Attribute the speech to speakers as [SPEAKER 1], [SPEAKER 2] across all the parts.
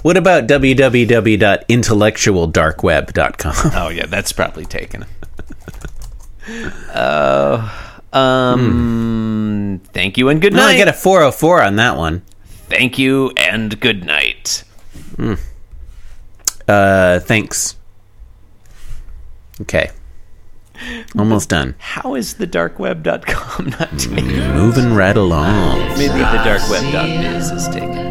[SPEAKER 1] What about www.intellectualdarkweb.com?
[SPEAKER 2] Oh yeah, that's probably taken. Oh, um, thank you and good
[SPEAKER 1] No,
[SPEAKER 2] night.
[SPEAKER 1] I got a 404 on that one.
[SPEAKER 2] Thank you and good night.
[SPEAKER 1] Uh, thanks. Okay. Almost done.
[SPEAKER 2] How is the darkweb.com not taken?
[SPEAKER 1] Moving right along.
[SPEAKER 2] Maybe the darkweb.biz is taken.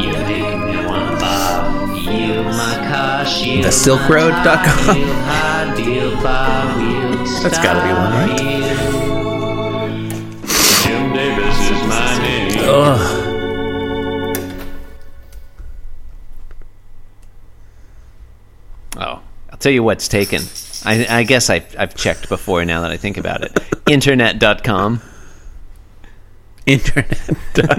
[SPEAKER 3] You make me wanna bob. You my car, she
[SPEAKER 1] The Silk Road.com.
[SPEAKER 3] Deal high, deal by wheel.
[SPEAKER 1] That's gotta be one, right?
[SPEAKER 3] Jim Davis is my name.
[SPEAKER 2] Oh, I'll tell you what's taken. I, I guess I, I've checked before now that I think about it. Internet.com.
[SPEAKER 1] Internet.com.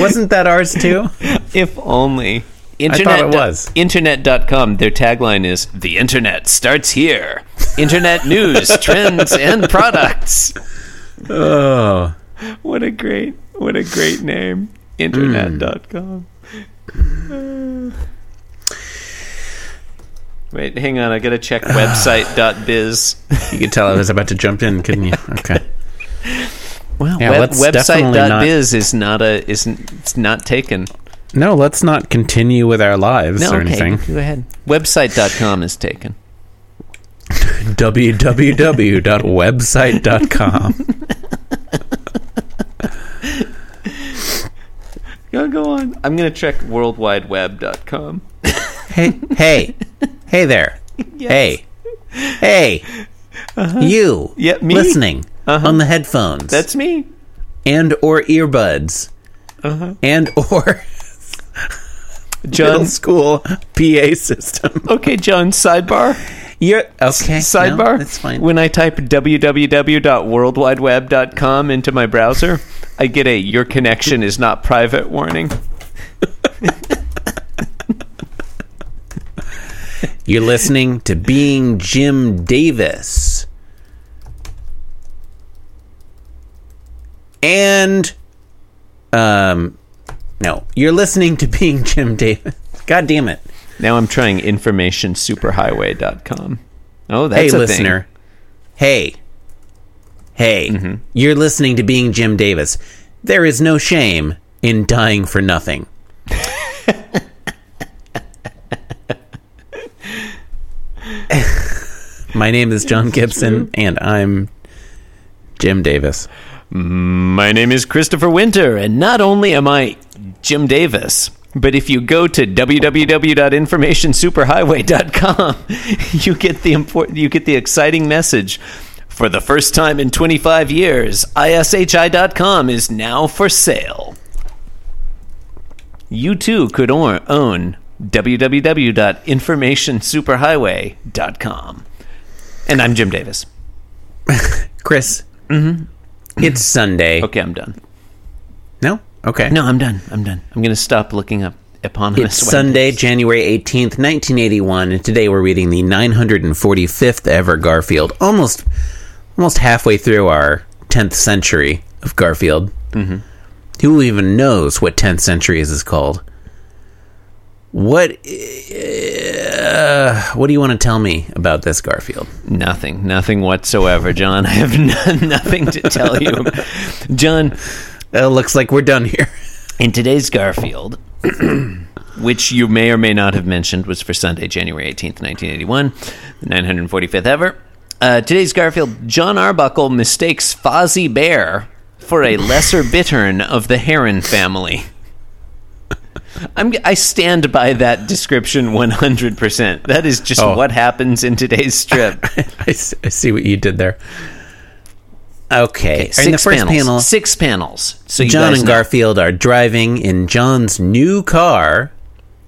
[SPEAKER 1] Wasn't that ours too?
[SPEAKER 2] If only.
[SPEAKER 1] thought it
[SPEAKER 2] Internet
[SPEAKER 1] was.
[SPEAKER 2] Internet.com. Their tagline is The Internet starts here. Internet news, trends, and products.
[SPEAKER 1] Oh.
[SPEAKER 2] What a great, what a great name. Hmm. Internet.com. Wait, hang on. I gotta check website.biz.
[SPEAKER 1] You could tell I was about to jump in, couldn't you? Okay.
[SPEAKER 2] Well,
[SPEAKER 1] Yeah,
[SPEAKER 2] web,
[SPEAKER 1] let's definitely not-
[SPEAKER 2] website.biz is not a isn't it's not taken.
[SPEAKER 1] No, let's not continue with our lives
[SPEAKER 2] No,
[SPEAKER 1] or
[SPEAKER 2] okay,
[SPEAKER 1] anything.
[SPEAKER 2] go ahead. Website.com is taken.
[SPEAKER 1] www.website.com.
[SPEAKER 2] Go go on. I'm gonna check worldwideweb.com.
[SPEAKER 1] hey, hey, hey there. Hey, hey, you
[SPEAKER 2] Yeah, Uh-huh. me? Uh-huh.
[SPEAKER 1] listening on the headphones
[SPEAKER 2] That's me.
[SPEAKER 1] and or earbuds
[SPEAKER 2] Uh-huh.
[SPEAKER 1] and or middle
[SPEAKER 2] John.
[SPEAKER 1] school PA system.
[SPEAKER 2] Okay, John. Sidebar.
[SPEAKER 1] You're okay.
[SPEAKER 2] Sidebar.
[SPEAKER 1] no, that's fine.
[SPEAKER 2] When I type www.worldwideweb.com into my browser, I get a "Your connection is not private" warning.
[SPEAKER 1] You're listening to Being Jim Davis. And um no, you're listening to Being Jim Davis. God damn it.
[SPEAKER 2] Now I'm trying informationsuperhighway.com. Oh, that's
[SPEAKER 1] hey
[SPEAKER 2] a
[SPEAKER 1] listener. Hey. Hey.
[SPEAKER 2] Mm-hmm.
[SPEAKER 1] You're listening to Being Jim Davis. There is no shame in dying for nothing. My name is John Gibson and I'm Jim Davis.
[SPEAKER 2] My name is Christopher Winter, and not only am I Jim Davis, but if you go to www.informationsuperhighway.com, you get the important, you get the exciting message. For the first time in 25 years, ISHI.com is now for sale. You too could or- own www.informationsuperhighway.com. And I'm Jim Davis.
[SPEAKER 1] Chris. It's Sunday.
[SPEAKER 2] Mm-hmm. Okay, I'm done.
[SPEAKER 1] No? Okay.
[SPEAKER 2] No, I'm done. I'm done. I'm going to stop looking up eponymous.
[SPEAKER 1] It's
[SPEAKER 2] web-
[SPEAKER 1] Sunday, January 18th, 1981, and today we're reading the 945th ever Garfield. Almost almost halfway through our 10th century of Garfield. Mm-hmm. Who even knows what 10th century is, is called? What uh, what do you want to tell me about this Garfield?
[SPEAKER 2] Nothing. Nothing whatsoever, John. I have no, nothing to tell you. John,
[SPEAKER 1] It looks like we're done here.
[SPEAKER 2] in today's Garfield, which you may or may not have mentioned was for Sunday, January 18th, 1981, the 945th ever. Uh, today's Garfield, John Arbuckle mistakes Fozzie Bear for a lesser bittern of the heron family. I'm, I stand by that description 100%. That is just
[SPEAKER 1] Oh.
[SPEAKER 2] what happens in today's strip.
[SPEAKER 1] I s- I see what you did there. Okay. in the first
[SPEAKER 2] panels.
[SPEAKER 1] panel,
[SPEAKER 2] Six panels. So you
[SPEAKER 1] John
[SPEAKER 2] guys
[SPEAKER 1] and
[SPEAKER 2] know.
[SPEAKER 1] Garfield are driving in John's new car.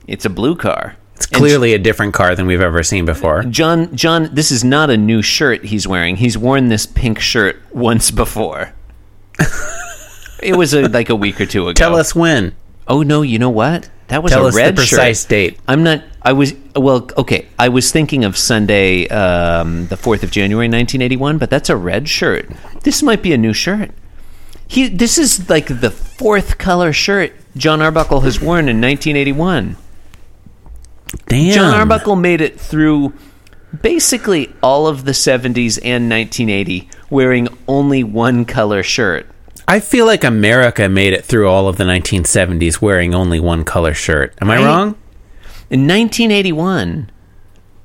[SPEAKER 2] It's a blue car. It's
[SPEAKER 1] clearly a different car than we've ever seen before.
[SPEAKER 2] John, John, this is not a new shirt he's wearing. He's worn this pink shirt once before. it was a, like a week or two ago.
[SPEAKER 1] Tell us when.
[SPEAKER 2] Oh no, you know what? That was
[SPEAKER 1] Tell
[SPEAKER 2] a
[SPEAKER 1] us
[SPEAKER 2] red
[SPEAKER 1] the precise
[SPEAKER 2] shirt.
[SPEAKER 1] date.
[SPEAKER 2] I'm not. I was well. Okay, I was thinking of Sunday, um, the fourth of January, 1981. But that's a red shirt. This might be a new shirt. He. This is like the fourth color shirt John Arbuckle has worn in 1981.
[SPEAKER 1] Damn.
[SPEAKER 2] John Arbuckle made it through basically all of the 70s and 1980 wearing only one color shirt.
[SPEAKER 1] I feel like America made it through all of the 1970s wearing only one color shirt. Am I
[SPEAKER 2] Right?
[SPEAKER 1] wrong?
[SPEAKER 2] In 1981,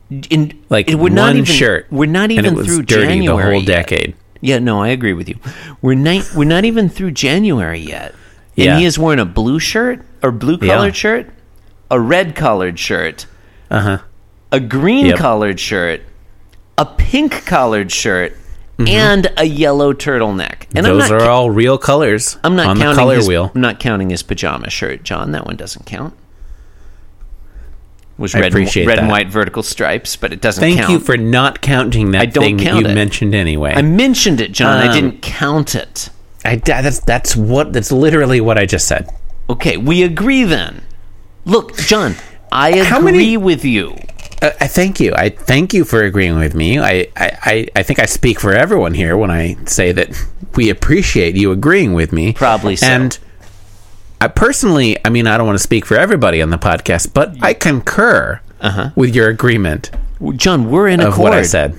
[SPEAKER 2] in,
[SPEAKER 1] Like
[SPEAKER 2] it- we're
[SPEAKER 1] one
[SPEAKER 2] not even,
[SPEAKER 1] shirt.
[SPEAKER 2] We're not even
[SPEAKER 1] and it was
[SPEAKER 2] through
[SPEAKER 1] dirty
[SPEAKER 2] January
[SPEAKER 1] the whole
[SPEAKER 2] yet.
[SPEAKER 1] decade.
[SPEAKER 2] Yeah, no, I agree with you. We're not we're not even through January yet,
[SPEAKER 1] Yeah.
[SPEAKER 2] and he has worn a blue shirt or blue collared
[SPEAKER 1] Yeah.
[SPEAKER 2] shirt, a red collared shirt,
[SPEAKER 1] Uh huh.
[SPEAKER 2] a green
[SPEAKER 1] Yep.
[SPEAKER 2] collared shirt, a pink collared shirt, and a yellow turtleneck. And I'm
[SPEAKER 1] Mm-hmm. Those
[SPEAKER 2] not
[SPEAKER 1] are
[SPEAKER 2] ca-
[SPEAKER 1] all real colors.
[SPEAKER 2] I'm not
[SPEAKER 1] on
[SPEAKER 2] counting
[SPEAKER 1] the color
[SPEAKER 2] his,
[SPEAKER 1] wheel.
[SPEAKER 2] I'm not counting his pajama shirt, John. That one doesn't count. Was
[SPEAKER 1] I
[SPEAKER 2] red, and,
[SPEAKER 1] appreciate
[SPEAKER 2] red and
[SPEAKER 1] that.
[SPEAKER 2] white vertical stripes, but it doesn't
[SPEAKER 1] Thank
[SPEAKER 2] count.
[SPEAKER 1] you for not counting that
[SPEAKER 2] I don't
[SPEAKER 1] thing that
[SPEAKER 2] count
[SPEAKER 1] you
[SPEAKER 2] it.
[SPEAKER 1] mentioned anyway.
[SPEAKER 2] I mentioned it, John. I
[SPEAKER 1] Um,
[SPEAKER 2] didn't count it.
[SPEAKER 1] I, that's that's what that's literally what I just said.
[SPEAKER 2] Okay, we agree then. Look, John, I
[SPEAKER 1] How
[SPEAKER 2] agree
[SPEAKER 1] many-
[SPEAKER 2] with you.
[SPEAKER 1] Uh, I thank you. I thank you for agreeing with me. I, I, I, I think I speak for everyone here when I say that we appreciate you agreeing with me.
[SPEAKER 2] Probably so.
[SPEAKER 1] And I personally, I mean, I don't want to speak for everybody on the podcast, but I concur with your agreement
[SPEAKER 2] John, we're in
[SPEAKER 1] of
[SPEAKER 2] accord.
[SPEAKER 1] what I said.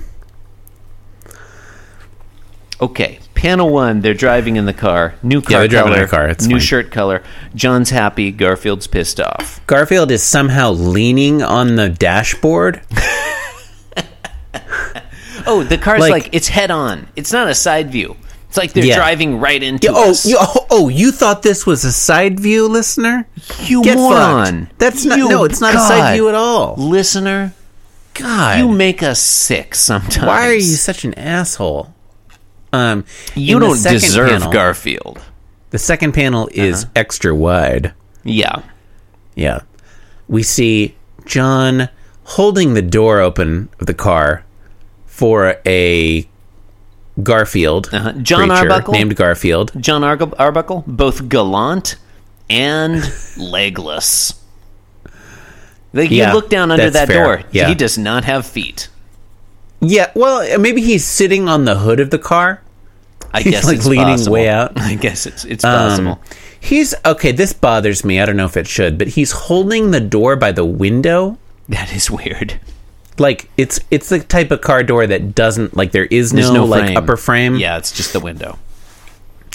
[SPEAKER 2] Okay, panel one, they're driving in the car. New car
[SPEAKER 1] they're driving in
[SPEAKER 2] color,
[SPEAKER 1] the car, it's
[SPEAKER 2] new
[SPEAKER 1] fine.
[SPEAKER 2] shirt color. John's happy, Garfield's pissed off.
[SPEAKER 1] Garfield is somehow leaning on the dashboard.
[SPEAKER 2] Oh, the car's like,
[SPEAKER 1] Like-
[SPEAKER 2] it's head on. It's not a side view. It's like they're
[SPEAKER 1] Yeah.
[SPEAKER 2] driving right into
[SPEAKER 1] Oh,
[SPEAKER 2] us.
[SPEAKER 1] you, oh, oh, you thought this was a side view, listener?
[SPEAKER 2] you
[SPEAKER 1] Get
[SPEAKER 2] moron.
[SPEAKER 1] fucked. That's not
[SPEAKER 2] You-
[SPEAKER 1] no, it's not a
[SPEAKER 2] God.
[SPEAKER 1] side view at all.
[SPEAKER 2] Listener,
[SPEAKER 1] God,
[SPEAKER 2] you make us sick sometimes.
[SPEAKER 1] Why are you such an asshole? Um,
[SPEAKER 2] You
[SPEAKER 1] in the
[SPEAKER 2] don't
[SPEAKER 1] second
[SPEAKER 2] deserve
[SPEAKER 1] panel-
[SPEAKER 2] Garfield.
[SPEAKER 1] The second panel is extra wide.
[SPEAKER 2] Yeah.
[SPEAKER 1] Yeah, we see John holding the door open of the car for a Garfield,
[SPEAKER 2] Uh-huh. John
[SPEAKER 1] creature
[SPEAKER 2] Arbuckle?
[SPEAKER 1] named Garfield.
[SPEAKER 2] John Ar- Arbuckle, both gallant and legless. Like
[SPEAKER 1] Yeah,
[SPEAKER 2] you look down under
[SPEAKER 1] that's
[SPEAKER 2] that
[SPEAKER 1] fair.
[SPEAKER 2] door,
[SPEAKER 1] Yeah.
[SPEAKER 2] he does not have feet.
[SPEAKER 1] Yeah, well, uh, maybe he's sitting on the hood of the car.
[SPEAKER 2] I
[SPEAKER 1] He's,
[SPEAKER 2] guess
[SPEAKER 1] like,
[SPEAKER 2] it's
[SPEAKER 1] leaning
[SPEAKER 2] possible.
[SPEAKER 1] way out.
[SPEAKER 2] I guess it's it's
[SPEAKER 1] Um,
[SPEAKER 2] possible.
[SPEAKER 1] He's okay. This bothers me. I don't know if it should, but he's holding the door by the window.
[SPEAKER 2] That is weird.
[SPEAKER 1] Like it's it's the type of car door that doesn't like there is
[SPEAKER 2] There's
[SPEAKER 1] no,
[SPEAKER 2] no,
[SPEAKER 1] like
[SPEAKER 2] frame.
[SPEAKER 1] upper frame.
[SPEAKER 2] Yeah, it's just the window.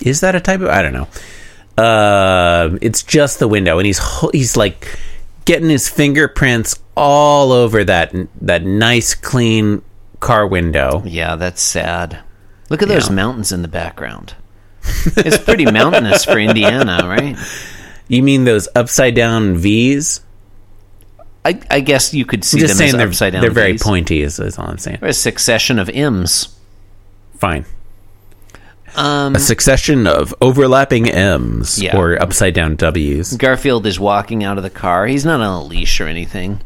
[SPEAKER 1] Is that a type of? I don't know. Uh, it's just the window, and he's ho- he's like getting his fingerprints all over that that nice clean car window.
[SPEAKER 2] Yeah, that's sad. Look at those mountains in the background. it's pretty mountainous for Indiana, right?
[SPEAKER 1] You mean those upside down V's?
[SPEAKER 2] I, I guess you could see
[SPEAKER 1] Just
[SPEAKER 2] them as
[SPEAKER 1] saying they're
[SPEAKER 2] upside down.
[SPEAKER 1] they're very
[SPEAKER 2] Vs.
[SPEAKER 1] pointy. Is, is all I'm saying.
[SPEAKER 2] Or a succession of M's.
[SPEAKER 1] Fine.
[SPEAKER 2] Um,
[SPEAKER 1] A succession of overlapping M's
[SPEAKER 2] Yeah.
[SPEAKER 1] or upside down W's.
[SPEAKER 2] Garfield is walking out of the car. He's not on a leash or anything.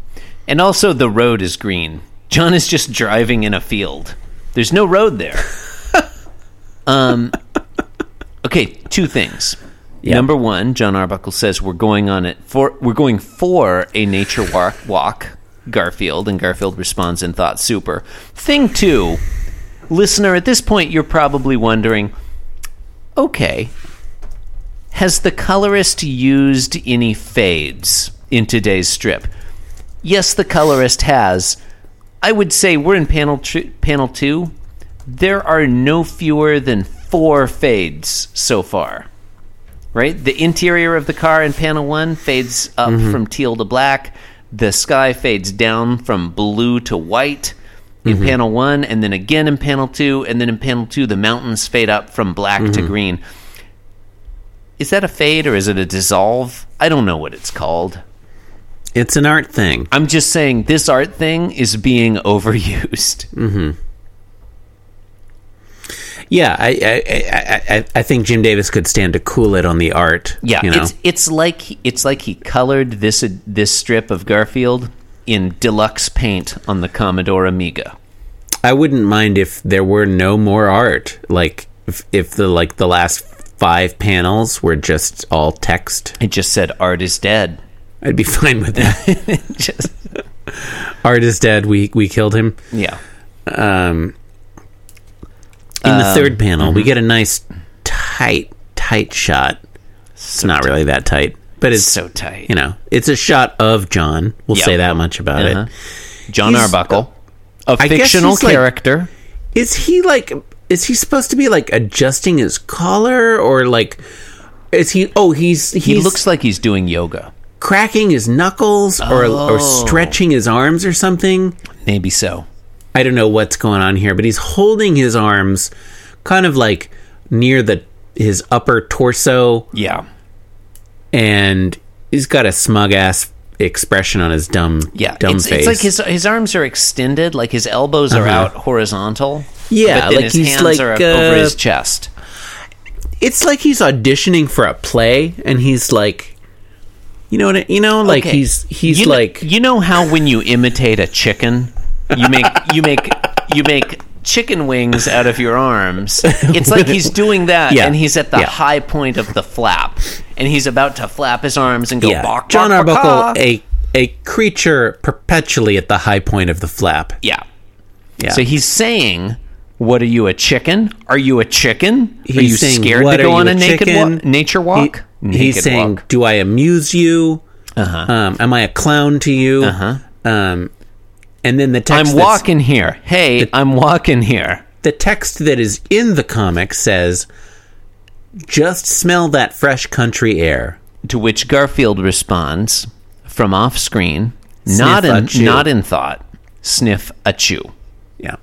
[SPEAKER 2] And also, the road is green. John is just driving in a field. There's no road there. um, okay, two things.
[SPEAKER 1] Yeah.
[SPEAKER 2] Number one, John Arbuckle says we're going on it for we're going for a nature walk. Walk, Garfield, and Garfield responds in thought. Super thing two, listener. At this point, you're probably wondering, okay, has the colorist used any fades in today's strip? Yes, the colorist has. I would say we're in panel tr- panel 2. There are no fewer than 4 fades so far. Right? The interior of the car in panel 1 fades up from teal to black. The sky fades down from blue to white in panel 1 and then again in panel 2 and then in panel 2 the mountains fade up from black to green is that a fade or is it a dissolve? I don't know what it's called.
[SPEAKER 1] It's an art thing.
[SPEAKER 2] I'm just saying this art thing is being overused.
[SPEAKER 1] Yeah, I I, I, I I think Jim Davis could stand to cool it on the art.
[SPEAKER 2] Yeah,
[SPEAKER 1] you know?
[SPEAKER 2] it's it's like he- it's like he colored this this strip of Garfield in deluxe paint on the Commodore Amiga.
[SPEAKER 1] I wouldn't mind if there were no more art. Like if, if the like the last five panels were just all text,
[SPEAKER 2] It just said art is dead.
[SPEAKER 1] I'd be fine with that.
[SPEAKER 2] Just,
[SPEAKER 1] art is dead. We we killed him.
[SPEAKER 2] yeah.
[SPEAKER 1] Um, in the
[SPEAKER 2] Um,
[SPEAKER 1] third
[SPEAKER 2] mhm.
[SPEAKER 1] panel, we get a nice tight tight shot. It's not really that tight. but it's
[SPEAKER 2] so tight.
[SPEAKER 1] You know, it's a shot of John. We'll
[SPEAKER 2] Yeah.
[SPEAKER 1] say that much about
[SPEAKER 2] Uh-huh.
[SPEAKER 1] it.
[SPEAKER 2] John
[SPEAKER 1] He's-
[SPEAKER 2] Arbuckle, a
[SPEAKER 1] I guess
[SPEAKER 2] fictional
[SPEAKER 1] he's like-
[SPEAKER 2] character.
[SPEAKER 1] Is he like? Is he supposed to be like adjusting his collar or like? Is he? Oh, he's he's
[SPEAKER 2] he looks like he's doing yoga.
[SPEAKER 1] cracking his knuckles or or
[SPEAKER 2] Oh.
[SPEAKER 1] stretching his arms or something.
[SPEAKER 2] Maybe so.
[SPEAKER 1] I don't know what's going on here, but he's holding his arms kind of like near the his upper torso
[SPEAKER 2] Yeah.
[SPEAKER 1] and he's got a smug ass expression on his dumb
[SPEAKER 2] Yeah.
[SPEAKER 1] dumb
[SPEAKER 2] it's,
[SPEAKER 1] face. Uh-huh.
[SPEAKER 2] it's like his his arms are extended, like his elbows are out horizontal.
[SPEAKER 1] Yeah,
[SPEAKER 2] But then
[SPEAKER 1] like
[SPEAKER 2] his
[SPEAKER 1] he's
[SPEAKER 2] hands
[SPEAKER 1] like,
[SPEAKER 2] are up
[SPEAKER 1] uh,
[SPEAKER 2] over his chest.
[SPEAKER 1] it's like he's auditioning for a play and he's like you know what I, you know like
[SPEAKER 2] Okay.
[SPEAKER 1] he's he's
[SPEAKER 2] you kn-
[SPEAKER 1] like
[SPEAKER 2] you know how when you imitate a chicken, you make you make you make chicken wings out of your arms. It's like he's doing that,
[SPEAKER 1] Yeah.
[SPEAKER 2] and he's at the
[SPEAKER 1] Yeah.
[SPEAKER 2] high point of the flap, and he's about to flap his arms and go.
[SPEAKER 1] yeah.
[SPEAKER 2] bark,
[SPEAKER 1] John
[SPEAKER 2] bark, bark, ah."
[SPEAKER 1] Arbuckle a a creature perpetually at the high point of the flap.
[SPEAKER 2] yeah.
[SPEAKER 1] Yeah.
[SPEAKER 2] So he's saying, "What are you a chicken? Are you a chicken? are you
[SPEAKER 1] He's saying,
[SPEAKER 2] scared
[SPEAKER 1] "What
[SPEAKER 2] to go
[SPEAKER 1] are
[SPEAKER 2] on
[SPEAKER 1] you,
[SPEAKER 2] a naked
[SPEAKER 1] chicken?"
[SPEAKER 2] wa- nature walk?"
[SPEAKER 1] He-
[SPEAKER 2] Naked
[SPEAKER 1] he's saying,
[SPEAKER 2] walk.
[SPEAKER 1] "Do I amuse you? Uh-huh. Um, am I a clown to you?" Uh-huh. Um, and then the text
[SPEAKER 2] "I'm
[SPEAKER 1] that's-
[SPEAKER 2] walking here. Hey, I'm walking here."
[SPEAKER 1] The text that is in the comic says, "Just smell that fresh country air."
[SPEAKER 2] To which Garfield responds from off screen, not
[SPEAKER 1] a
[SPEAKER 2] in
[SPEAKER 1] chew.
[SPEAKER 2] not in thought. Sniff a chew.
[SPEAKER 1] Yeah,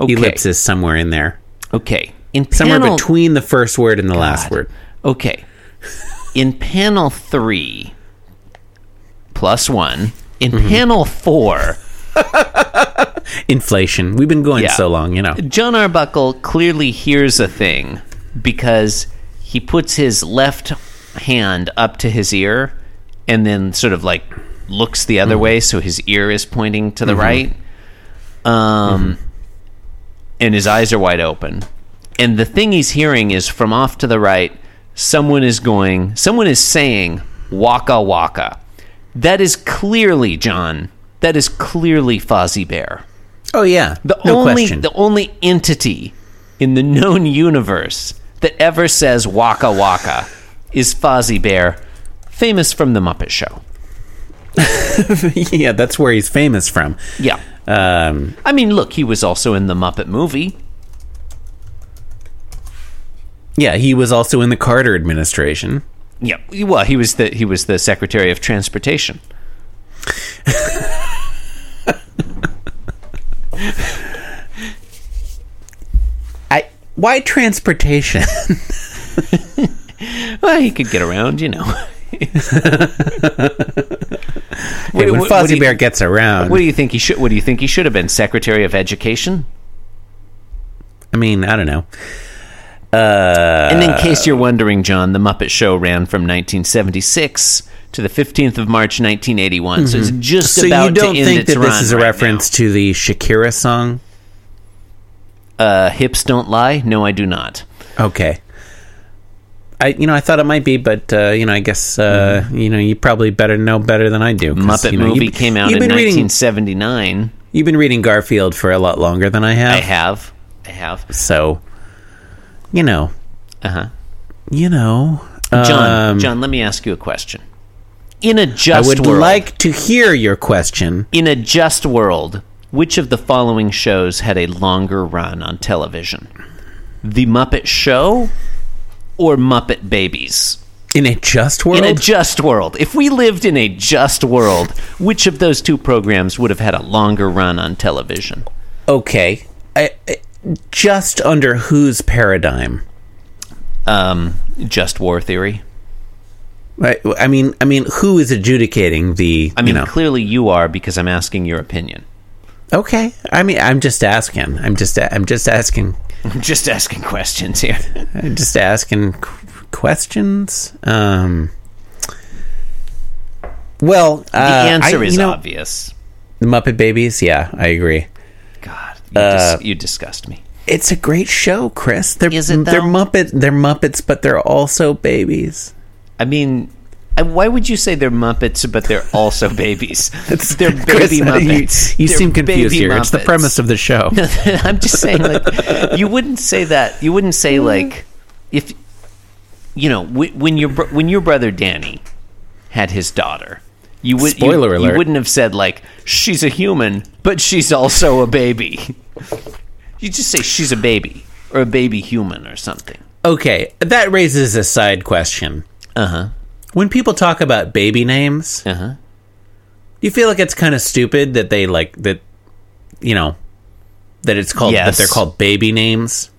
[SPEAKER 2] Okay.
[SPEAKER 1] ellipsis somewhere in there,
[SPEAKER 2] Okay. In
[SPEAKER 1] somewhere
[SPEAKER 2] panel,
[SPEAKER 1] between the first word and the last word.
[SPEAKER 2] Okay. In panel three, plus one. In
[SPEAKER 1] Mm-hmm.
[SPEAKER 2] panel four,
[SPEAKER 1] Inflation. We've been going
[SPEAKER 2] Yeah.
[SPEAKER 1] so long, you know.
[SPEAKER 2] John Arbuckle clearly hears a thing because he puts his left hand up to his ear and then sort of like looks the other way so his ear is pointing to the right. Um and his eyes are wide open. And the thing he's hearing is from off to the right, someone is going, someone is saying waka waka. That is clearly John. That is clearly Fozzie Bear.
[SPEAKER 1] Oh yeah,
[SPEAKER 2] The
[SPEAKER 1] no
[SPEAKER 2] only
[SPEAKER 1] question.
[SPEAKER 2] the only entity in the known universe that ever says waka waka is Fozzie Bear, famous from the Muppet Show.
[SPEAKER 1] yeah, that's where he's famous from.
[SPEAKER 2] Yeah.
[SPEAKER 1] Um,
[SPEAKER 2] I mean, look, he was also in the Muppet movie.
[SPEAKER 1] yeah, he was also in the Carter administration.
[SPEAKER 2] Yeah. Well, he was the he was the Secretary of Transportation.
[SPEAKER 1] I why transportation?
[SPEAKER 2] Well, he could get around, you know.
[SPEAKER 1] Yeah, when
[SPEAKER 2] what- what do
[SPEAKER 1] Fozzie
[SPEAKER 2] you-
[SPEAKER 1] Bear gets around,
[SPEAKER 2] What do you think he should what do you think he should have been? Secretary of Education?
[SPEAKER 1] I mean, I don't know.
[SPEAKER 2] And
[SPEAKER 1] Uh,
[SPEAKER 2] in case you're wondering, John, The Muppet Show ran from 1976 to the 15th of March, 1981. So it's just
[SPEAKER 1] Mm-hmm. So
[SPEAKER 2] about
[SPEAKER 1] you don't
[SPEAKER 2] to end
[SPEAKER 1] think
[SPEAKER 2] its
[SPEAKER 1] that this
[SPEAKER 2] run
[SPEAKER 1] is a
[SPEAKER 2] right
[SPEAKER 1] reference to the Shakira song?
[SPEAKER 2] now. Uh, hips don't lie. No, I do not.
[SPEAKER 1] Okay. I you know I thought it might be, but uh, you know I guess uh, you know you probably better know better than I do. 'cause,
[SPEAKER 2] Mm-hmm. Muppet
[SPEAKER 1] you know,
[SPEAKER 2] movie
[SPEAKER 1] you've-
[SPEAKER 2] came out
[SPEAKER 1] you've
[SPEAKER 2] in
[SPEAKER 1] been reading-
[SPEAKER 2] 1979.
[SPEAKER 1] You've been reading Garfield for a lot longer than I have,
[SPEAKER 2] I have, I have.
[SPEAKER 1] so you know,
[SPEAKER 2] Uh huh.
[SPEAKER 1] you know,
[SPEAKER 2] John,
[SPEAKER 1] Uh-huh. um,
[SPEAKER 2] John, let me ask you a question. In a
[SPEAKER 1] I
[SPEAKER 2] just
[SPEAKER 1] would
[SPEAKER 2] world,
[SPEAKER 1] like to hear your question.
[SPEAKER 2] in a just world, which of the following shows had a longer run on television? The Muppet Show or Muppet Babies?
[SPEAKER 1] In a just world,
[SPEAKER 2] In a just world, if we lived in a just world, which of those two programs would have had a longer run on television?
[SPEAKER 1] okay, I, I, just under whose paradigm?
[SPEAKER 2] Um, just war theory.
[SPEAKER 1] Right. I mean, I mean, who is adjudicating the?
[SPEAKER 2] I mean,
[SPEAKER 1] you know,
[SPEAKER 2] clearly you are because I'm asking your opinion.
[SPEAKER 1] okay. I mean, I'm just asking. I'm just. I'm just asking.
[SPEAKER 2] I'm just asking questions here.
[SPEAKER 1] I'm just asking qu- questions. Um. Well, uh,
[SPEAKER 2] The answer
[SPEAKER 1] I,
[SPEAKER 2] is
[SPEAKER 1] you know,
[SPEAKER 2] obvious.
[SPEAKER 1] The Muppet Babies. Yeah, I agree.
[SPEAKER 2] God, you,
[SPEAKER 1] uh,
[SPEAKER 2] dis- you disgust me.
[SPEAKER 1] It's a great show, Chris. They're,
[SPEAKER 2] Is it,
[SPEAKER 1] they're
[SPEAKER 2] though?
[SPEAKER 1] Muppet. They're Muppets, but they're also babies.
[SPEAKER 2] I mean, I, why would you say they're Muppets, but they're also babies? they're
[SPEAKER 1] Chris,
[SPEAKER 2] baby
[SPEAKER 1] you-
[SPEAKER 2] Muppets.
[SPEAKER 1] You,
[SPEAKER 2] They're
[SPEAKER 1] seem confused
[SPEAKER 2] baby
[SPEAKER 1] here. It's the
[SPEAKER 2] Muppets.
[SPEAKER 1] premise of the show. Mm-hmm.
[SPEAKER 2] I'm just saying, like, you wouldn't say that. You wouldn't say like if you know, wh- when your br- when your brother Danny had his daughter, you would you-
[SPEAKER 1] Spoiler
[SPEAKER 2] You
[SPEAKER 1] alert.
[SPEAKER 2] wouldn't have said like she's a human, but she's also a baby. You just say she's a baby or a baby human or something.
[SPEAKER 1] Okay, that raises a side question.
[SPEAKER 2] Uh
[SPEAKER 1] Uh-huh,
[SPEAKER 2] huh.
[SPEAKER 1] When people talk about baby names,
[SPEAKER 2] Uh huh.
[SPEAKER 1] do you feel like it's kind of stupid that they like that, you know, that it's called
[SPEAKER 2] Yes.
[SPEAKER 1] that they're called baby names,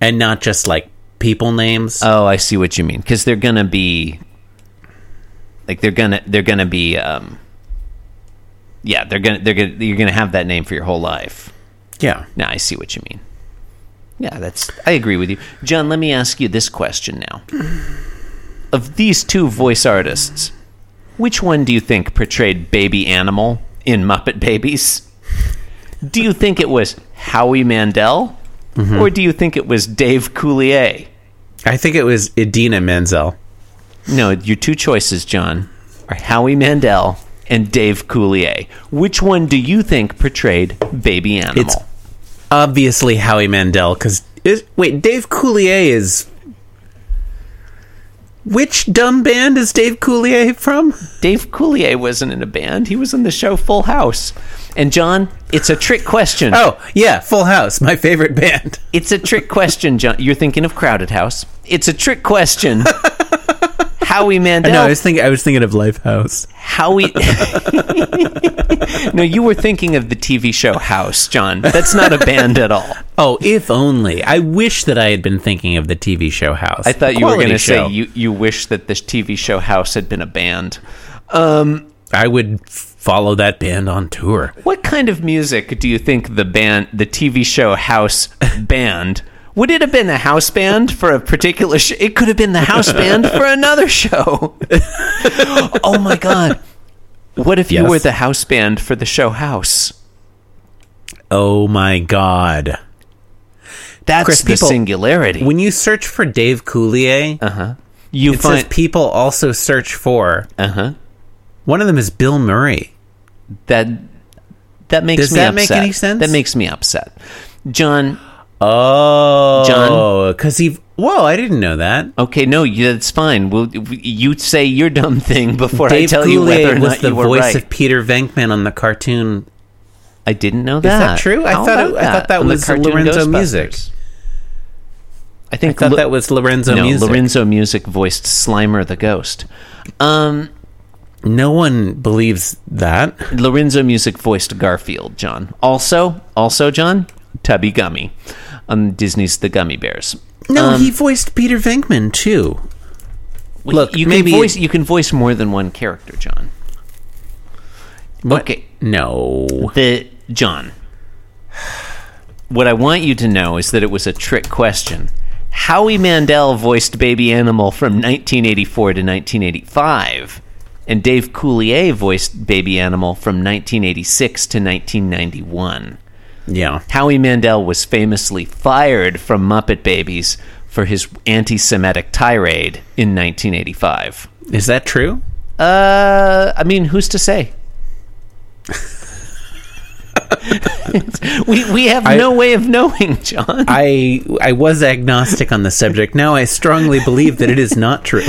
[SPEAKER 1] and not just like people names?
[SPEAKER 2] Oh, I see what you mean. Because they're gonna be like they're gonna they're gonna be um yeah they're gonna they're gonna you're gonna have that name for your whole life.
[SPEAKER 1] yeah.
[SPEAKER 2] Now I see what you mean. Yeah, that's I agree with you, John. Let me ask you this question now: Of these two voice artists, which one do you think portrayed baby animal in Muppet Babies? Do you think it was Howie Mandel, or do you think it was Dave Coulier?
[SPEAKER 1] I think it was Idina Menzel.
[SPEAKER 2] No, your two choices, John, are Howie Mandel and Dave Coulier. Which one do you think portrayed Baby Animal?
[SPEAKER 1] It's obviously Howie Mandel because wait, Dave Coulier is. Which dumb band is Dave Coulier from?
[SPEAKER 2] Dave Coulier wasn't in a band. He was in the show Full House. And John, it's a trick question.
[SPEAKER 1] Oh, yeah, Full House, my favorite band.
[SPEAKER 2] It's a trick question, John. You're thinking of Crowded House. It's a trick question. Howie Mandel.
[SPEAKER 1] No, I was thinking I was thinking of Lifehouse.
[SPEAKER 2] Howie. no, you were thinking of the TV show House, John. That's not a band at all.
[SPEAKER 1] Oh, if only. I wish that I had been thinking of the TV show House.
[SPEAKER 2] I thought you were
[SPEAKER 1] Quality
[SPEAKER 2] going to say
[SPEAKER 1] show.
[SPEAKER 2] you, you wish that this TV show House had been a band.
[SPEAKER 1] I would f- follow that band on tour.
[SPEAKER 2] What kind of music do you think the band, the TV show House band, would it have been a house band for a particular sh It could have been the house band for another show. oh my God. What if you
[SPEAKER 1] Yes.
[SPEAKER 2] were the house band for the show House?
[SPEAKER 1] Oh my god.
[SPEAKER 2] That's
[SPEAKER 1] Chris,
[SPEAKER 2] the
[SPEAKER 1] people-
[SPEAKER 2] singularity.
[SPEAKER 1] When you search for Dave Coulier,
[SPEAKER 2] you
[SPEAKER 1] it says
[SPEAKER 2] find.
[SPEAKER 1] people also search for
[SPEAKER 2] Uh huh.
[SPEAKER 1] one of them is Bill Murray.
[SPEAKER 2] That. That makes
[SPEAKER 1] Does
[SPEAKER 2] me
[SPEAKER 1] that make
[SPEAKER 2] upset.
[SPEAKER 1] any sense?
[SPEAKER 2] That makes me upset. John,
[SPEAKER 1] Oh,
[SPEAKER 2] John?
[SPEAKER 1] because he. Whoa, I didn't know that.
[SPEAKER 2] Okay, no, you- that's fine. We'll, you say your dumb thing before I
[SPEAKER 1] Dave
[SPEAKER 2] tell you
[SPEAKER 1] Coulier
[SPEAKER 2] whether or
[SPEAKER 1] was
[SPEAKER 2] not
[SPEAKER 1] the
[SPEAKER 2] you were
[SPEAKER 1] voice
[SPEAKER 2] right.
[SPEAKER 1] of Peter Venkman on the cartoon.
[SPEAKER 2] I didn't know that.
[SPEAKER 1] that true? I
[SPEAKER 2] How
[SPEAKER 1] thought it-
[SPEAKER 2] about
[SPEAKER 1] I thought that
[SPEAKER 2] On the
[SPEAKER 1] was
[SPEAKER 2] cartoon
[SPEAKER 1] Lorenzo
[SPEAKER 2] Ghostbusters.
[SPEAKER 1] Music.
[SPEAKER 2] I think
[SPEAKER 1] I thought
[SPEAKER 2] Lo-
[SPEAKER 1] that was Lorenzo
[SPEAKER 2] no,
[SPEAKER 1] Music.
[SPEAKER 2] Lorenzo Music voiced Slimer the Ghost. Um,
[SPEAKER 1] no one believes that.
[SPEAKER 2] Lorenzo Music voiced Garfield, John. Also, also John, Tubby Gummy on Disney's The Gummy Bears.
[SPEAKER 1] No, he
[SPEAKER 2] Um,
[SPEAKER 1] voiced Peter Venkman too. Look,
[SPEAKER 2] you
[SPEAKER 1] maybe-
[SPEAKER 2] can voice you can voice more than one character, John.
[SPEAKER 1] What?
[SPEAKER 2] Okay.
[SPEAKER 1] No.
[SPEAKER 2] The John. What I want you to know is that it was a trick question. Howie Mandel voiced Baby Animal from 1984 to 1985, and Dave Coulier voiced Baby Animal from 1986 to 1991.
[SPEAKER 1] Yeah.
[SPEAKER 2] Howie Mandel was famously fired from Muppet Babies for his anti Semitic tirade in 1985.
[SPEAKER 1] Is that true?
[SPEAKER 2] Uh, I mean, who's to say? we we have no way of knowing, John.
[SPEAKER 1] I I was agnostic on the subject. Now I strongly believe that it is not true.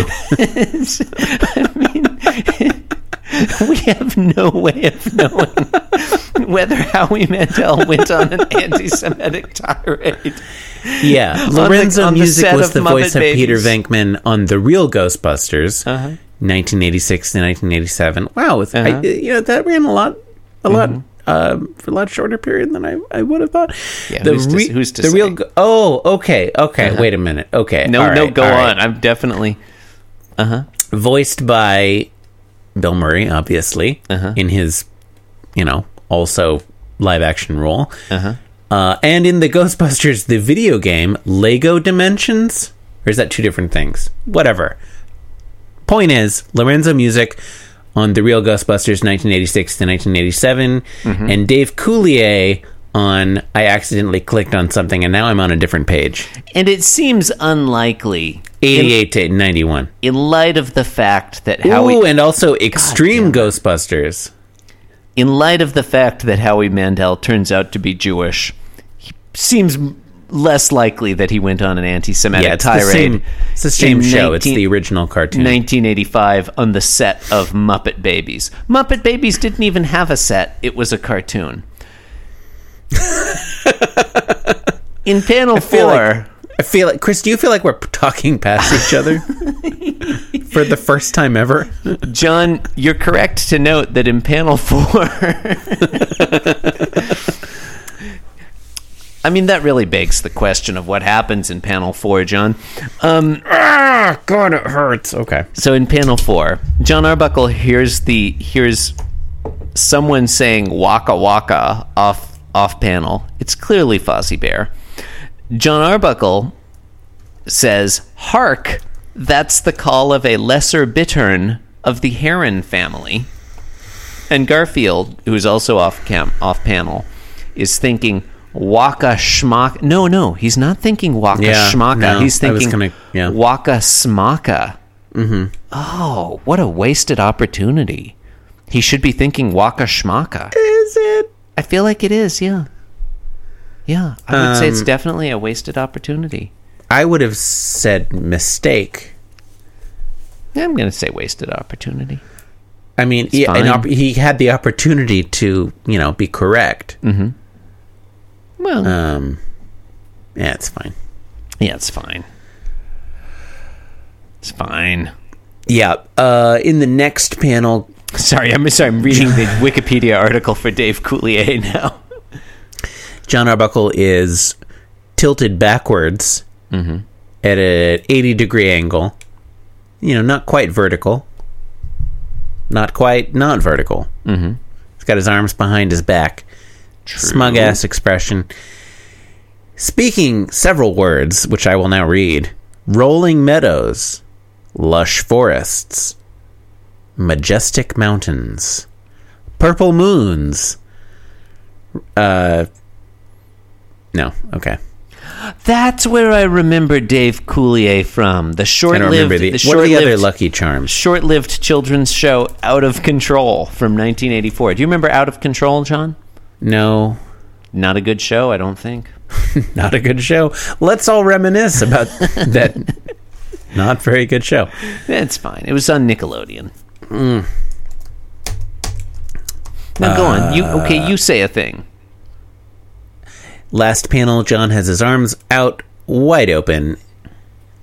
[SPEAKER 2] we have no way of knowing whether Howie Mandel went on an anti-Semitic tirade.
[SPEAKER 1] Yeah,
[SPEAKER 2] the-
[SPEAKER 1] Lorenzo
[SPEAKER 2] on the
[SPEAKER 1] Music
[SPEAKER 2] set
[SPEAKER 1] was
[SPEAKER 2] of
[SPEAKER 1] the
[SPEAKER 2] Muppet
[SPEAKER 1] voice of
[SPEAKER 2] Babies. Uh-huh.
[SPEAKER 1] Peter Venkman on the real Ghostbusters, 1986 to 1987. Wow, with, I, you know that ran a lot, a
[SPEAKER 2] Mm-hmm.
[SPEAKER 1] lot. Um, for a lot shorter period than I, I would have thought.
[SPEAKER 2] Yeah, who's to- who's to
[SPEAKER 1] the
[SPEAKER 2] say? Uh-huh.
[SPEAKER 1] real? Go- oh, okay, okay. Wait a minute. Okay,
[SPEAKER 2] No,
[SPEAKER 1] all
[SPEAKER 2] no,
[SPEAKER 1] right,
[SPEAKER 2] go
[SPEAKER 1] all
[SPEAKER 2] on.
[SPEAKER 1] right.
[SPEAKER 2] I'm definitely
[SPEAKER 1] Voiced by Bill Murray, obviously, in his, you know, also live action role, uh-huh. and in the Ghostbusters the video game Lego Dimensions, or is that two different things? Whatever. Point is, Lorenzo Music on the Real Ghostbusters 1986 to 1987, and Dave Coulier on I accidentally clicked on something and now I'm on a different page.
[SPEAKER 2] and it seems unlikely
[SPEAKER 1] 88 to 91.
[SPEAKER 2] in light of the fact that Howie
[SPEAKER 1] Ooh, and also Extreme Ghostbusters.
[SPEAKER 2] in light of the fact that Howie Mandel turns out to be Jewish, he seems less likely that he went on an anti-Semitic
[SPEAKER 1] yeah, it's the
[SPEAKER 2] tirade.
[SPEAKER 1] same. It's the same
[SPEAKER 2] in
[SPEAKER 1] show. it's
[SPEAKER 2] 19
[SPEAKER 1] the original cartoon.
[SPEAKER 2] 1985 on the set of Muppet Babies. Muppet Babies didn't even have a set, it was a cartoon. In panel
[SPEAKER 1] feel like-
[SPEAKER 2] four,
[SPEAKER 1] I feel like Chris. Do you feel like we're talking past each other for the first time ever?
[SPEAKER 2] John, you're correct to note that in panel four. I mean, that really begs the question of what happens in panel four, John. Um,
[SPEAKER 1] Ah, God, it hurts. Okay.
[SPEAKER 2] So in panel four, John Arbuckle hears the hears someone saying "waka waka" off off panel. It's clearly Fozzie Bear. John Arbuckle says, "Hark! That's the call of a lesser bittern of the heron family." And Garfield, who is also off cam off panel, is thinking "waka schmaka." No, no, he's not thinking "waka
[SPEAKER 1] Yeah,
[SPEAKER 2] schmaka."
[SPEAKER 1] no,
[SPEAKER 2] he's
[SPEAKER 1] I was
[SPEAKER 2] thinking
[SPEAKER 1] gonna- yeah. Mm-hmm.
[SPEAKER 2] "waka smaka." Oh, what a wasted opportunity. He should be thinking waka schmaka.
[SPEAKER 1] Is it?
[SPEAKER 2] I feel like it is, yeah. Yeah, I would say it's
[SPEAKER 1] Um,
[SPEAKER 2] definitely a wasted opportunity.
[SPEAKER 1] I would have said mistake.
[SPEAKER 2] I'm going to say wasted opportunity.
[SPEAKER 1] I mean, yeah, an
[SPEAKER 2] fine.
[SPEAKER 1] opp- he had the opportunity to, you know, be correct.
[SPEAKER 2] Well,
[SPEAKER 1] Um, yeah, it's fine.
[SPEAKER 2] yeah, it's fine. It's fine.
[SPEAKER 1] Yeah. Uh, in the next panel,
[SPEAKER 2] Sorry, I'm sorry. I'm reading the Wikipedia article for Dave Coulier now.
[SPEAKER 1] John Arbuckle is tilted backwards at an 80 degree angle. You know, not quite vertical. Not quite not vertical. Mm-hmm. He's got his arms behind his back. Smug ass expression. Speaking several words, which I will now read rolling meadows, lush forests, majestic mountains, purple moons. uh, No, okay.
[SPEAKER 2] That's where I remember Dave Coulier from the
[SPEAKER 1] I don't
[SPEAKER 2] short-lived,
[SPEAKER 1] remember the,
[SPEAKER 2] the
[SPEAKER 1] what are the other
[SPEAKER 2] short-lived
[SPEAKER 1] Lucky Charms?
[SPEAKER 2] short-lived children's show Out of Control from 1984. Do you remember Out of Control, John?
[SPEAKER 1] No,
[SPEAKER 2] Not a good show, I don't think.
[SPEAKER 1] not a good show. Let's all reminisce about that. Not very good show.
[SPEAKER 2] It's fine. It was on Nickelodeon. Hmm. Now go on. You
[SPEAKER 1] Uh,
[SPEAKER 2] okay? You say a thing.
[SPEAKER 1] Last panel, John has his arms out wide open,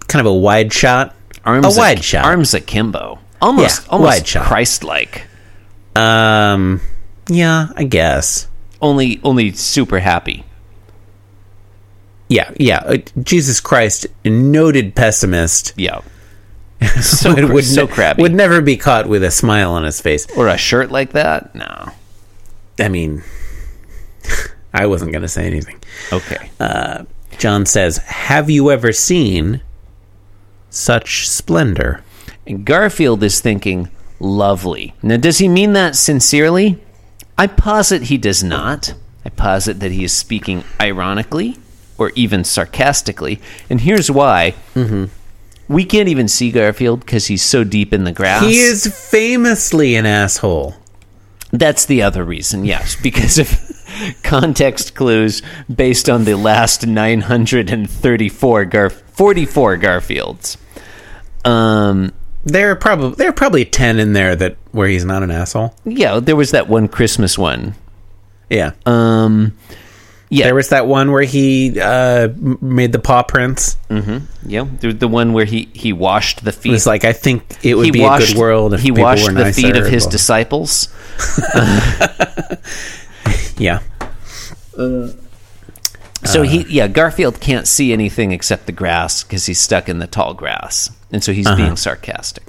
[SPEAKER 1] kind of a wide shot.
[SPEAKER 2] Arms
[SPEAKER 1] a wide
[SPEAKER 2] ak-
[SPEAKER 1] shot.
[SPEAKER 2] Arms akimbo. Almost,
[SPEAKER 1] Yeah, wide
[SPEAKER 2] almost
[SPEAKER 1] shot.
[SPEAKER 2] Christ-like.
[SPEAKER 1] Um, yeah, I guess.
[SPEAKER 2] Only, only super happy.
[SPEAKER 1] Yeah, yeah. Uh, Jesus Christ, noted pessimist.
[SPEAKER 2] Yeah. So
[SPEAKER 1] It
[SPEAKER 2] would so
[SPEAKER 1] ne-
[SPEAKER 2] crabby.
[SPEAKER 1] Would never be caught with a smile on his face.
[SPEAKER 2] or a shirt like that? No.
[SPEAKER 1] I mean, I wasn't going to say anything.
[SPEAKER 2] Okay.
[SPEAKER 1] John says, Have you ever seen such splendor?
[SPEAKER 2] And Garfield is thinking, lovely. Now, does he mean that sincerely? I posit he does not. I posit that he is speaking ironically or even sarcastically. And here's why.
[SPEAKER 1] Mm-hmm.
[SPEAKER 2] We can't even see Garfield because he's so deep in the grass.
[SPEAKER 1] He is famously an asshole.
[SPEAKER 2] That's the other reason, yes, because of context clues based on the last 934 Gar- 44 Garfields. Um,
[SPEAKER 1] There are probably there are probably ten in there that where he's not an asshole.
[SPEAKER 2] yeah, there was that one Christmas one
[SPEAKER 1] Yeah,
[SPEAKER 2] Um, yeah,
[SPEAKER 1] there was that one where he uh, m- made the paw prints.
[SPEAKER 2] Mm. yeah, the, the one where he he washed the feet.
[SPEAKER 1] It's like I think it would
[SPEAKER 2] he
[SPEAKER 1] be a good world if
[SPEAKER 2] he
[SPEAKER 1] people
[SPEAKER 2] washed
[SPEAKER 1] were
[SPEAKER 2] the
[SPEAKER 1] nicer,
[SPEAKER 2] feet of his
[SPEAKER 1] blah.
[SPEAKER 2] disciples.
[SPEAKER 1] yeah.
[SPEAKER 2] So
[SPEAKER 1] Uh.
[SPEAKER 2] he, yeah, Garfield can't see anything except the grass because he's stuck in the tall grass, and so he's being sarcastic.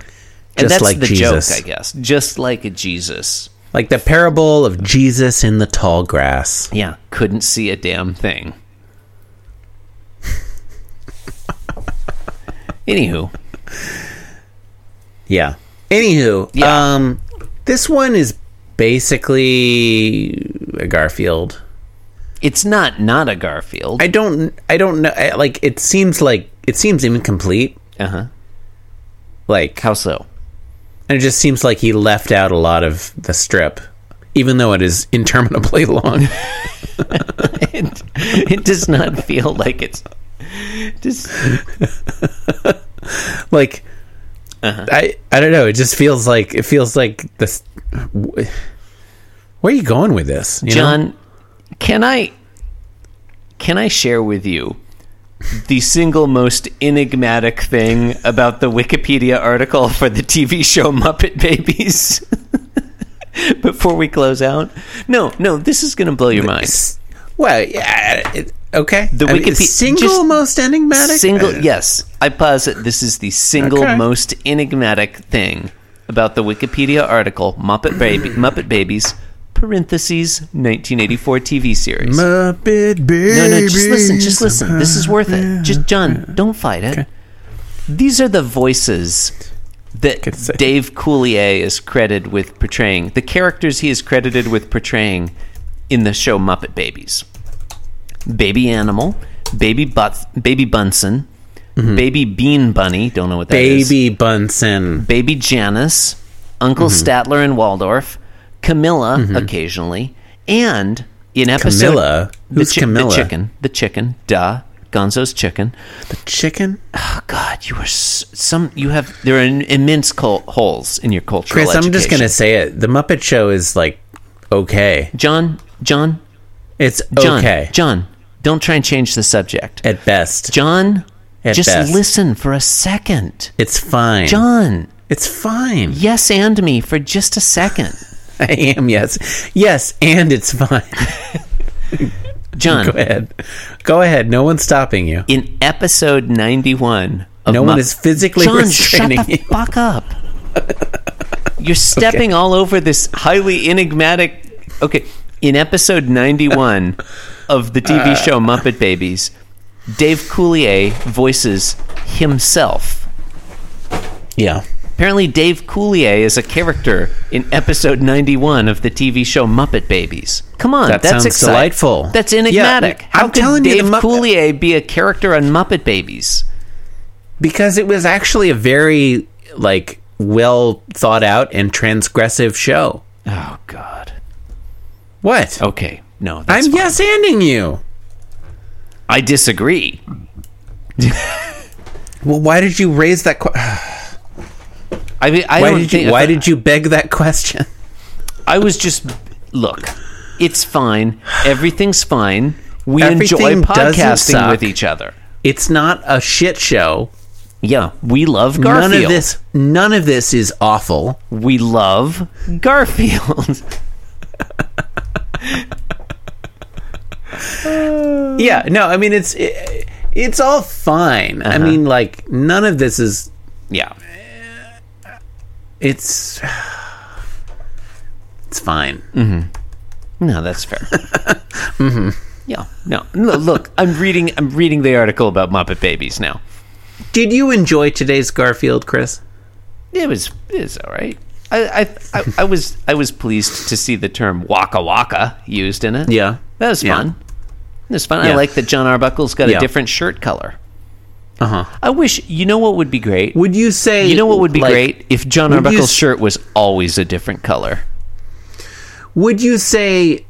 [SPEAKER 1] Uh-huh.
[SPEAKER 2] and
[SPEAKER 1] Just
[SPEAKER 2] that's
[SPEAKER 1] like
[SPEAKER 2] the
[SPEAKER 1] Jesus.
[SPEAKER 2] joke, I guess. Just like a Jesus,
[SPEAKER 1] Like the parable of Jesus in the tall grass.
[SPEAKER 2] yeah, couldn't see a damn thing. Anywho,
[SPEAKER 1] Yeah. Anywho,
[SPEAKER 2] Yeah.
[SPEAKER 1] um, this one is basically a Garfield.
[SPEAKER 2] it's not not a Garfield.
[SPEAKER 1] I don't. I don't know. I, like it seems like it seems incomplete.
[SPEAKER 2] Uh huh.
[SPEAKER 1] Like
[SPEAKER 2] How so?
[SPEAKER 1] and it just seems like he left out a lot of the strip, even though it is interminably long.
[SPEAKER 2] it, it does not feel like it's just
[SPEAKER 1] like
[SPEAKER 2] Uh-huh.
[SPEAKER 1] I I don't know. It just feels like it feels like this. Where are you going with this, you know?
[SPEAKER 2] John, can I can I share with you the single most enigmatic thing about the Wikipedia article for the TV show Muppet Babies? Before we close out, no, no, this is going to blow your mind.
[SPEAKER 1] S- Well, yeah. It, okay.
[SPEAKER 2] The
[SPEAKER 1] I mean, it's
[SPEAKER 2] Wikipedia-
[SPEAKER 1] single
[SPEAKER 2] just-
[SPEAKER 1] most enigmatic.
[SPEAKER 2] Single,
[SPEAKER 1] Uh,
[SPEAKER 2] yes, I pause it. This is the single
[SPEAKER 1] Okay.
[SPEAKER 2] most enigmatic thing about the Wikipedia article Muppet Baby Muppet Babies parentheses 1984 TV series.
[SPEAKER 1] Muppet
[SPEAKER 2] No,
[SPEAKER 1] baby.
[SPEAKER 2] no, just listen, just listen. This is worth it. Just John, don't fight it. These are the voices that
[SPEAKER 1] Good save.
[SPEAKER 2] Dave Coulier is credited with portraying. The characters he is credited with portraying in the show Muppet Babies. Baby Animal, Baby But Baby Bunsen, Baby Bean Bunny, don't know what that is.
[SPEAKER 1] Mm-hmm. Baby Bunsen.
[SPEAKER 2] Baby Janice, Uncle
[SPEAKER 1] Mm-hmm.
[SPEAKER 2] Statler and Waldorf, Camilla occasionally, and in episode
[SPEAKER 1] Camilla? Who's
[SPEAKER 2] the,
[SPEAKER 1] Camilla?
[SPEAKER 2] the chicken, the chicken, duh, Gonzo's chicken.
[SPEAKER 1] Chicken.
[SPEAKER 2] Oh God, you are s- some. You have there are immense col- holes in your culture.
[SPEAKER 1] Chris, I'm just gonna say it. The Muppet Show is like okay.
[SPEAKER 2] John, John,
[SPEAKER 1] It's
[SPEAKER 2] John,
[SPEAKER 1] okay
[SPEAKER 2] John. Don't try and change the subject,
[SPEAKER 1] at best.
[SPEAKER 2] John.
[SPEAKER 1] At
[SPEAKER 2] just
[SPEAKER 1] best.
[SPEAKER 2] listen for a second,
[SPEAKER 1] It's fine.
[SPEAKER 2] John.
[SPEAKER 1] It's fine.
[SPEAKER 2] Yes, and me for just a second.
[SPEAKER 1] I am. Yes. Yes, and it's fine.
[SPEAKER 2] John,
[SPEAKER 1] Go ahead. Go ahead. No one's stopping you.
[SPEAKER 2] in episode 91 of
[SPEAKER 1] No one
[SPEAKER 2] Mupp-
[SPEAKER 1] is physically
[SPEAKER 2] John,
[SPEAKER 1] restraining
[SPEAKER 2] shut the
[SPEAKER 1] you.
[SPEAKER 2] fuck up you're stepping all over this highly enigmatic okay in episode 91 of the
[SPEAKER 1] Uh.
[SPEAKER 2] tv show muppet babies dave coulier voices himself
[SPEAKER 1] Yeah.
[SPEAKER 2] apparently dave coulier is a character in episode 91 of the tv show muppet babies come on
[SPEAKER 1] That
[SPEAKER 2] that's
[SPEAKER 1] sounds
[SPEAKER 2] exciting.
[SPEAKER 1] delightful.
[SPEAKER 2] that's
[SPEAKER 1] Yeah,
[SPEAKER 2] enigmatic how
[SPEAKER 1] I'm
[SPEAKER 2] could
[SPEAKER 1] telling you,
[SPEAKER 2] dave
[SPEAKER 1] the Mupp-
[SPEAKER 2] coulier be a character on muppet babies
[SPEAKER 1] because it was actually a very like well thought out and transgressive show.
[SPEAKER 2] Oh God.
[SPEAKER 1] What?
[SPEAKER 2] Okay. No, that's
[SPEAKER 1] I'm
[SPEAKER 2] fine.
[SPEAKER 1] yes anding you.
[SPEAKER 2] I disagree.
[SPEAKER 1] Well, why did you raise that? Que-
[SPEAKER 2] I mean, I
[SPEAKER 1] why
[SPEAKER 2] don't
[SPEAKER 1] did
[SPEAKER 2] think.
[SPEAKER 1] you? Why did you beg that question?
[SPEAKER 2] I was just look? It's fine. Everything's fine. We
[SPEAKER 1] Everything
[SPEAKER 2] enjoy
[SPEAKER 1] doesn't
[SPEAKER 2] podcasting
[SPEAKER 1] suck.
[SPEAKER 2] with each other.
[SPEAKER 1] It's not a shit show.
[SPEAKER 2] Yeah, we love Garfield.
[SPEAKER 1] None of this. None of this is awful.
[SPEAKER 2] We love Garfield.
[SPEAKER 1] Yeah. No. I mean, it's it, it's all fine.
[SPEAKER 2] Uh-huh.
[SPEAKER 1] I mean, like none of this is.
[SPEAKER 2] yeah.
[SPEAKER 1] It's. It's fine.
[SPEAKER 2] Mm. No, that's fair. mm-hmm. Yeah. No. No. Look, I'm reading. I'm reading the article about Muppet Babies now.
[SPEAKER 1] Did you enjoy today's Garfield, Chris?
[SPEAKER 2] It was it was all right. I, I, I, I was I was pleased to see the term waka waka used in it.
[SPEAKER 1] Yeah.
[SPEAKER 2] that was
[SPEAKER 1] Yeah.
[SPEAKER 2] fun. It was fun. I
[SPEAKER 1] Yeah.
[SPEAKER 2] like that John Arbuckle's got
[SPEAKER 1] Yeah.
[SPEAKER 2] a different shirt color.
[SPEAKER 1] Uh huh.
[SPEAKER 2] I wish you know what would be great.
[SPEAKER 1] Would you say?
[SPEAKER 2] you know what would be
[SPEAKER 1] like,
[SPEAKER 2] great if John
[SPEAKER 1] would you
[SPEAKER 2] Arbuckle's
[SPEAKER 1] s-
[SPEAKER 2] shirt was always a different color.
[SPEAKER 1] Would you say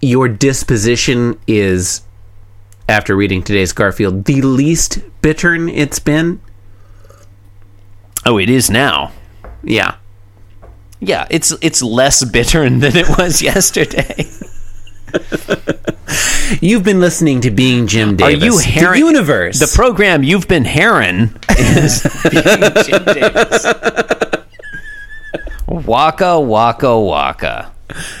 [SPEAKER 1] your disposition is, after reading today's Garfield, the least bittern it's been?
[SPEAKER 2] Oh, it is now.
[SPEAKER 1] Yeah.
[SPEAKER 2] Yeah, it's it's less bittern than it was yesterday.
[SPEAKER 1] You've been listening to Being Jim
[SPEAKER 2] Are
[SPEAKER 1] Davis.
[SPEAKER 2] you
[SPEAKER 1] the
[SPEAKER 2] Heron?
[SPEAKER 1] universe?
[SPEAKER 2] The program you've been Heron is Jim Davis. Waka waka waka.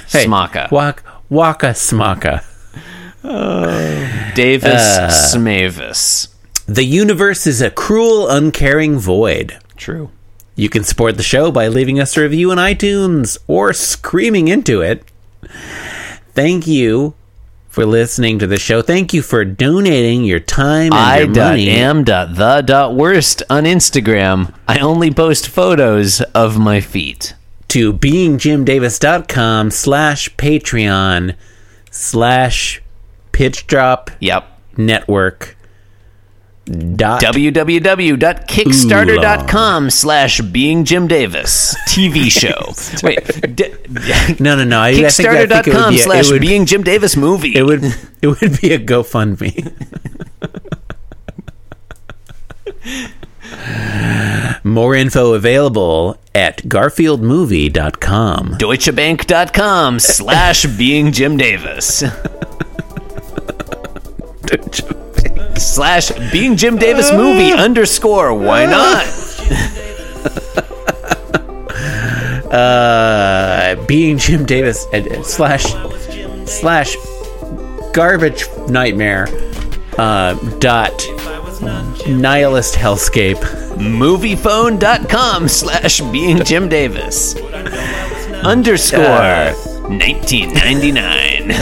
[SPEAKER 1] Hey,
[SPEAKER 2] Smaka.
[SPEAKER 1] Wak, waka smaka.
[SPEAKER 2] Davis Smavis.
[SPEAKER 1] The universe is a cruel, uncaring void.
[SPEAKER 2] True.
[SPEAKER 1] You can support the show by leaving us a review on iTunes or screaming into it. Thank you for listening to the show. Thank you for donating your time and
[SPEAKER 2] I
[SPEAKER 1] your
[SPEAKER 2] dot
[SPEAKER 1] money.
[SPEAKER 2] am dot the dot worst on Instagram. I only post photos of my feet.
[SPEAKER 1] to beingjimdavis.com slash patreon slash pitch drop
[SPEAKER 2] Yep.
[SPEAKER 1] network Dot
[SPEAKER 2] www.kickstarter.com slash being Jim Davis TV show. Wait, d-
[SPEAKER 1] no, no, no. I, I think, I think it would
[SPEAKER 2] Kickstarter.com
[SPEAKER 1] be a,
[SPEAKER 2] slash
[SPEAKER 1] it would,
[SPEAKER 2] being Jim Davis movie.
[SPEAKER 1] it would it would be a GoFundMe. More info available at garfieldmovie.com.
[SPEAKER 2] Deutschebank.com slash being Jim Davis. slash being Jim Davis movie underscore why not?
[SPEAKER 1] Uh, being Jim Davis uh, uh, slash slash garbage nightmare uh, dot nihilist hellscape.
[SPEAKER 2] Moviephone.com slash being Jim Davis underscore
[SPEAKER 1] Uh.
[SPEAKER 2] 1999.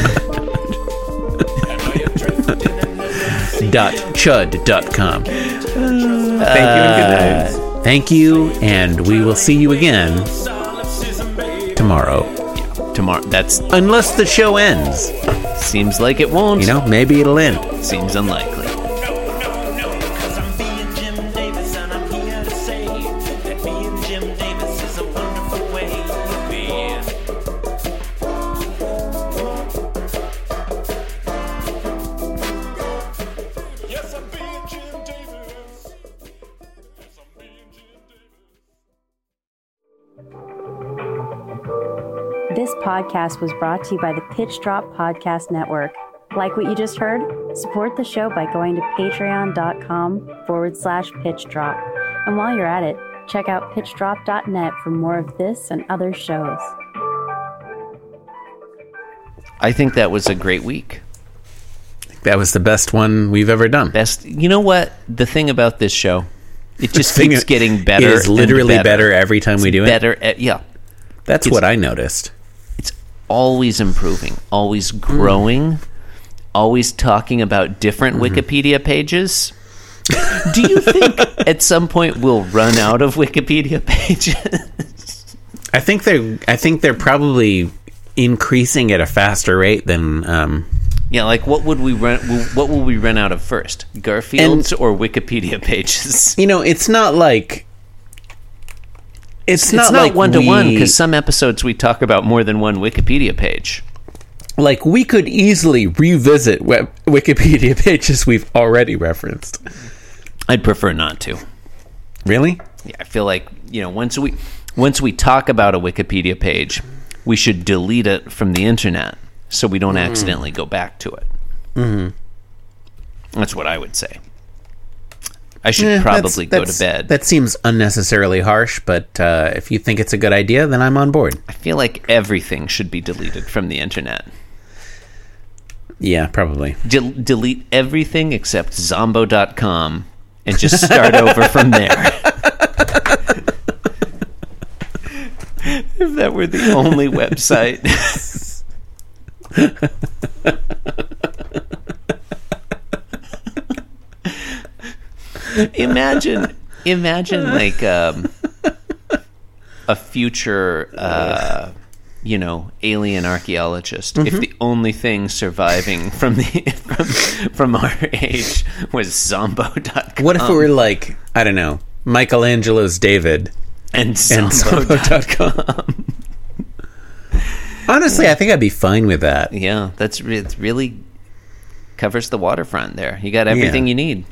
[SPEAKER 1] dot chud dot com.
[SPEAKER 2] Thank you and good night.
[SPEAKER 1] Uh, Thank you, and we will see you again tomorrow.
[SPEAKER 2] Tomorrow, that's
[SPEAKER 1] Unless the show ends.
[SPEAKER 2] seems like it won't.
[SPEAKER 1] You know, maybe it'll end.
[SPEAKER 2] seems unlikely.
[SPEAKER 4] Cause I'm being Jim Davis and I'm here to say that being Jim Davis is a wonderful way to be. Yes, I'm being Jim Davis. Yes, I'm being Jim Davis.
[SPEAKER 5] This podcast was brought to you by the Pitch Drop Podcast Network. Like what you just heard? Support the show by going to patreon.com forward slash pitch drop. And while you're at it, check out pitchdrop.net for more of this and other shows.
[SPEAKER 2] I think that was a great week.
[SPEAKER 1] That was the best one we've ever done.
[SPEAKER 2] Best. You know what? The thing about this show, it just
[SPEAKER 1] Thing
[SPEAKER 2] keeps
[SPEAKER 1] is-
[SPEAKER 2] getting better.
[SPEAKER 1] It is
[SPEAKER 2] and
[SPEAKER 1] literally better. every time we do
[SPEAKER 2] Better. At, yeah.
[SPEAKER 1] it. That's
[SPEAKER 2] it's-
[SPEAKER 1] what I noticed.
[SPEAKER 2] it's always improving, always
[SPEAKER 1] Mm.
[SPEAKER 2] growing, always talking about different
[SPEAKER 1] Mm-hmm.
[SPEAKER 2] Wikipedia pages. Do you think at some point we'll run out of Wikipedia pages?
[SPEAKER 1] I think they're. I think they're probably increasing at a faster rate than. Um,
[SPEAKER 2] yeah, like what would we run? What will we run out of first, Garfield's or Wikipedia pages?
[SPEAKER 1] you know, it's not like. It's,
[SPEAKER 2] It's not,
[SPEAKER 1] like
[SPEAKER 2] one to one
[SPEAKER 1] we-
[SPEAKER 2] because some episodes we talk about more than one Wikipedia page.
[SPEAKER 1] like we could easily revisit web- Wikipedia pages we've already referenced.
[SPEAKER 2] I'd prefer not to.
[SPEAKER 1] Really?
[SPEAKER 2] Yeah, I feel like you know once we once we talk about a Wikipedia page, we should delete it from the internet so we
[SPEAKER 1] Mm.
[SPEAKER 2] don't accidentally go back to it. Mm-hmm. That's what I would say. I should
[SPEAKER 1] Eh, that's-
[SPEAKER 2] probably go to
[SPEAKER 1] that's-
[SPEAKER 2] bed.
[SPEAKER 1] That seems unnecessarily harsh, but uh, if you think it's a good idea, then I'm on board.
[SPEAKER 2] I feel like everything should be deleted from the internet.
[SPEAKER 1] Yeah, probably.
[SPEAKER 2] De- delete everything except zombo.com and just start over from there. if that were the only website. imagine, imagine like um, a future. Uh, you know, alien archaeologist.
[SPEAKER 1] Mm-hmm.
[SPEAKER 2] If the only thing surviving from the from, from our age was Zombo.com
[SPEAKER 1] What if it were like I don't know, Michelangelo's David
[SPEAKER 2] and
[SPEAKER 1] and
[SPEAKER 2] Zombo.
[SPEAKER 1] Zombo.com? Honestly, I think I'd be fine with that.
[SPEAKER 2] Yeah, that's re- it's really covers the waterfront there. You got everything
[SPEAKER 1] Yeah.
[SPEAKER 2] you need.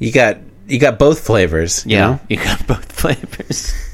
[SPEAKER 1] You got you got both flavors. you
[SPEAKER 2] Yeah,
[SPEAKER 1] know?
[SPEAKER 2] you got both flavors.